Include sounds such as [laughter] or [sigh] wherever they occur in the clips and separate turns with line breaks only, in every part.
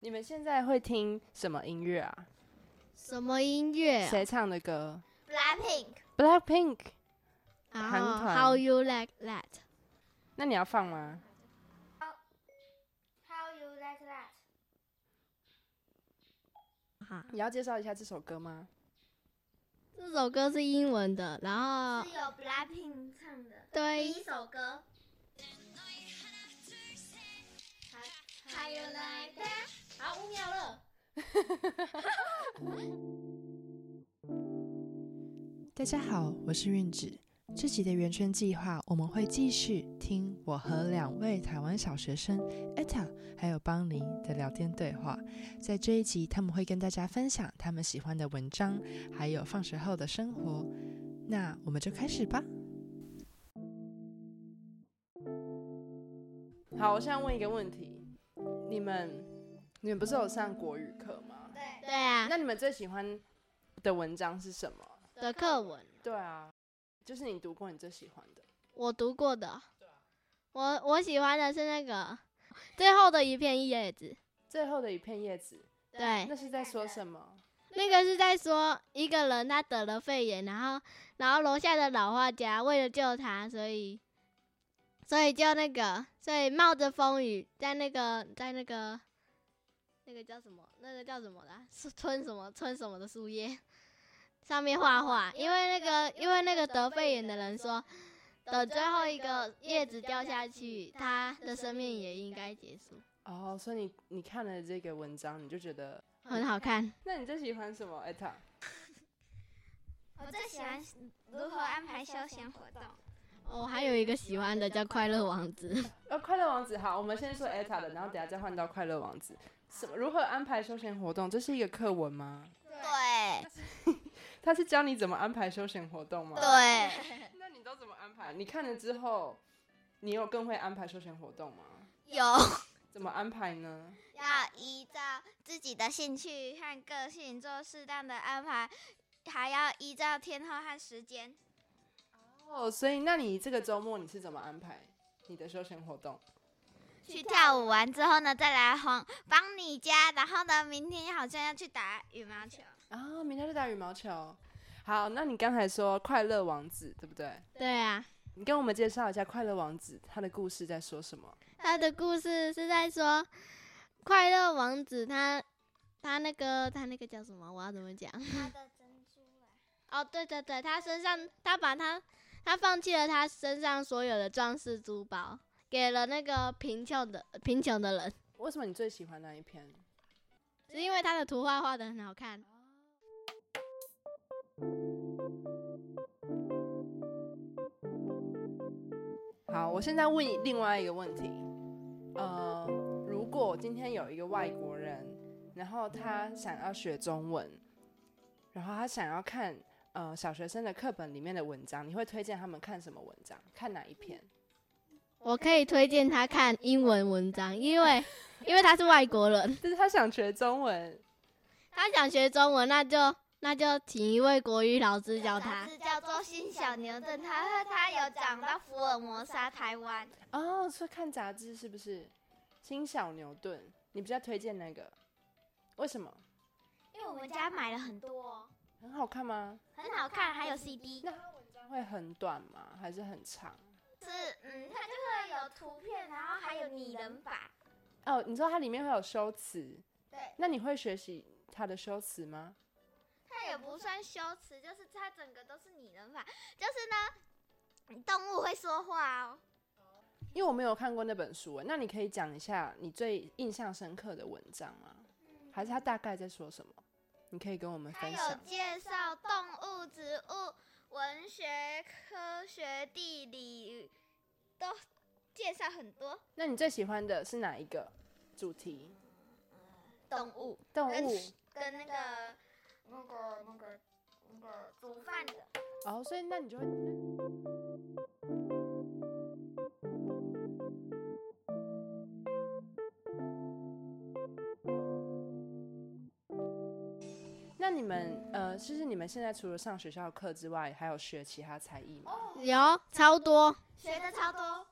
你们现在会听什么音乐啊？
什么音乐
谁唱的歌
Blackpink，
？Blackpink。
然
韩
后
团
哦 How you like that？
那你要放吗？
How you like that？
哈，
你要介绍一下这首歌吗？
这首歌是英文的，然后
是由 Blackpink 唱的第
对
一首歌。How you like that？好，五秒了。
大家好，我是韵芷。这集的圆圈计划，我们会继续听我和两位台湾小学生 ETA 还有邦尼的聊天对话。在这一集，他们会跟大家分享他们喜欢的文章，还有放学后的生活。那我们就开始吧。
好，我现在问一个问题：你们你们不是有上国语课吗？
对，
对啊
那你们最喜欢的文章是什么？
的课文，
对啊，就是你读过你最喜欢的。
我读过的。我我喜欢的是那个最后的一片叶子，
最后的一片叶子，
对，
那是在说什么？
那个是在说一个人他得了肺炎，然后然后楼下的老画家为了救他，所以所以就那个所以冒着风雨在那个在那个那个叫什么那个叫什么的啊是村什么村什么的树叶上面画画，因为那个因为那个得肺炎的人说。等最后一个叶子掉下去，他的生命也应该结束。
哦，所以你你看了这个文章，你就觉得，
很好看，
那你最喜欢什么？艾塔，
我最喜欢如何安排休闲活动。
我、哦还有一个喜欢的叫《快乐王子》。
呃，快乐王子。好，我们先说艾塔的，然后等下再换到快乐王子。什么？如何安排休闲活动？这是一个课文吗？
对
他是教你怎么安排休闲活动吗？
对，
那你都怎么安排？你看了之后，你有更会安排休闲活动吗？
有
怎么安排呢？
[laughs] 要依照自己的兴趣和个性做适当的安排，还要依照天候和时间。
哦，所以那你这个周末你是怎么安排你的休闲活动？
去跳舞完之后呢，再来帮帮你家，然后呢，明天好像要去打羽毛球。
啊、明天就打羽毛球。好，那你刚才说快乐王子对不对？
对啊，
你跟我们介绍一下快乐王子他的故事在说什么？
他的故事是在说快乐王子他他那个他那个叫什么？我要怎么讲？
他的珍珠啊，
哦，对对对，他身上他把他他放弃了他身上所有的装饰珠宝，给了那个贫穷的贫穷的人，
为什么你最喜欢那一篇？
是因为他的图画画的很好看。
好，我现在问你另外一个问题，呃，如果今天有一个外国人，然后他想要学中文，然后他想要看呃小学生的课本里面的文章，你会推荐他们看什么文章？看哪一篇？ [laughs]
我可以推荐他看英文文章，因为因为他是外国人，
就是他想学中文，
他想学中文，那就那就请一位国语老师教他。
是叫做新小牛顿，他他有讲到福尔摩沙台湾。
哦，是看杂志是不是？新小牛顿，你比较推荐那个？为什么？
因为我们家买了很多哦，
很好看吗？
很好看，还有 CD。
会很短吗？还是很长？
是，嗯，它就会有图片，然后还有拟人法。
哦，你知道它里面会有修辞，
对，
那你会学习它的修辞吗？
它也不算修辞，就是它整个都是拟人法，就是呢，动物会说话哦。
因为我没有看过那本书，欸那你可以讲一下你最印象深刻的文章吗？还是它大概在说什么？你可以跟我们
它
分
有
享。
介绍动物、植物、文学、科学、地理，都介绍很多
那你最喜欢的是哪一个主题？
动物
动
跟
物
跟那个那个那个那个煮饭的。
哦，所以那你就会。那你们呃，就是你们现在除了上学校课之外，还有学其他才艺吗？
有超多，
学的超多，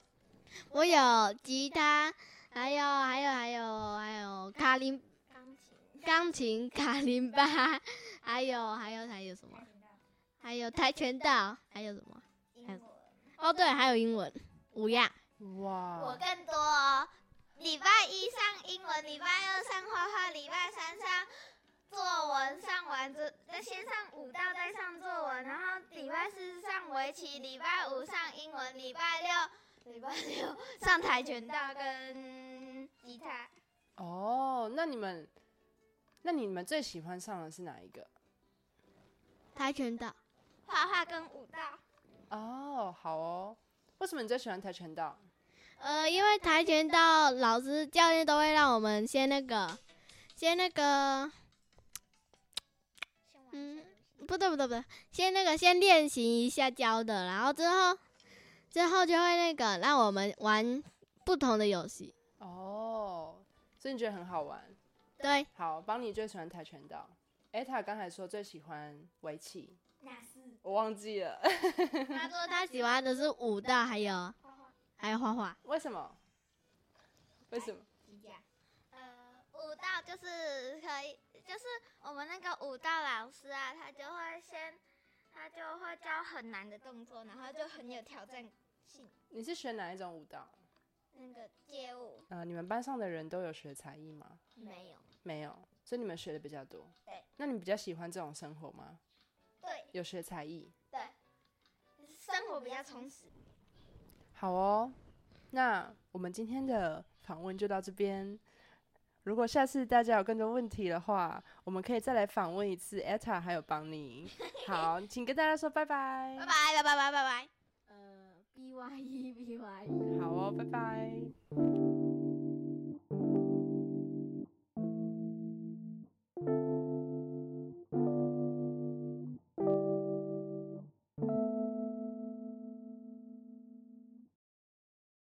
我有吉他，还有还有还有还有卡林钢琴、卡林巴，还有还有还有什么？还有跆拳道，还有什么？
英
还有
文。
哦，对，还有英文五样。
我
哇，
更多哦。礼拜一上英文，礼拜二上画画，礼拜三上作文，上完之再先上舞蹈，再上作文，然后礼拜四上围棋，礼拜五上英文，礼拜六礼拜六上跆拳道跟吉他。
哦，那你们，那你们最喜欢上的是哪一个？
跆拳道，
画画跟舞蹈，
哦，好哦，为什么你最喜欢跆拳道？
呃，因为跆拳道老师教练都会让我们先那个，先那个，嗯，不对不对不对，先那个先练习一下教的，然后之后之后就会那个让我们玩不同的游戏。
哦，所以你觉得很好玩。
对，
好，邦尼最喜欢跆拳道。艾塔刚才说最喜欢围棋，
那是
我忘记了，
他说他喜欢的是武道，还有
画画、
还有画画。
为什么？为什么？
吉他。呃，舞蹈就是可以，就是我们那个舞蹈老师啊，他就会先，他就会教很难的动作，然后就很有挑战性。
你是学哪一种舞蹈？
那个街舞
呃，你们班上的人都有学才艺吗？
没有，
没有，所以你们学的比较多。
对，
那你比较喜欢这种生活吗？
对
有学才艺，
对，生活比较充实。
好哦。那我们今天的访问就到这边。如果下次大家有更多问题的话，我们可以再来访问一次 ETA 还有邦尼。 [laughs] 好，请跟大家说拜拜。
拜拜拜拜拜拜拜。
呃，B Y E B Y E。
好哦，拜拜。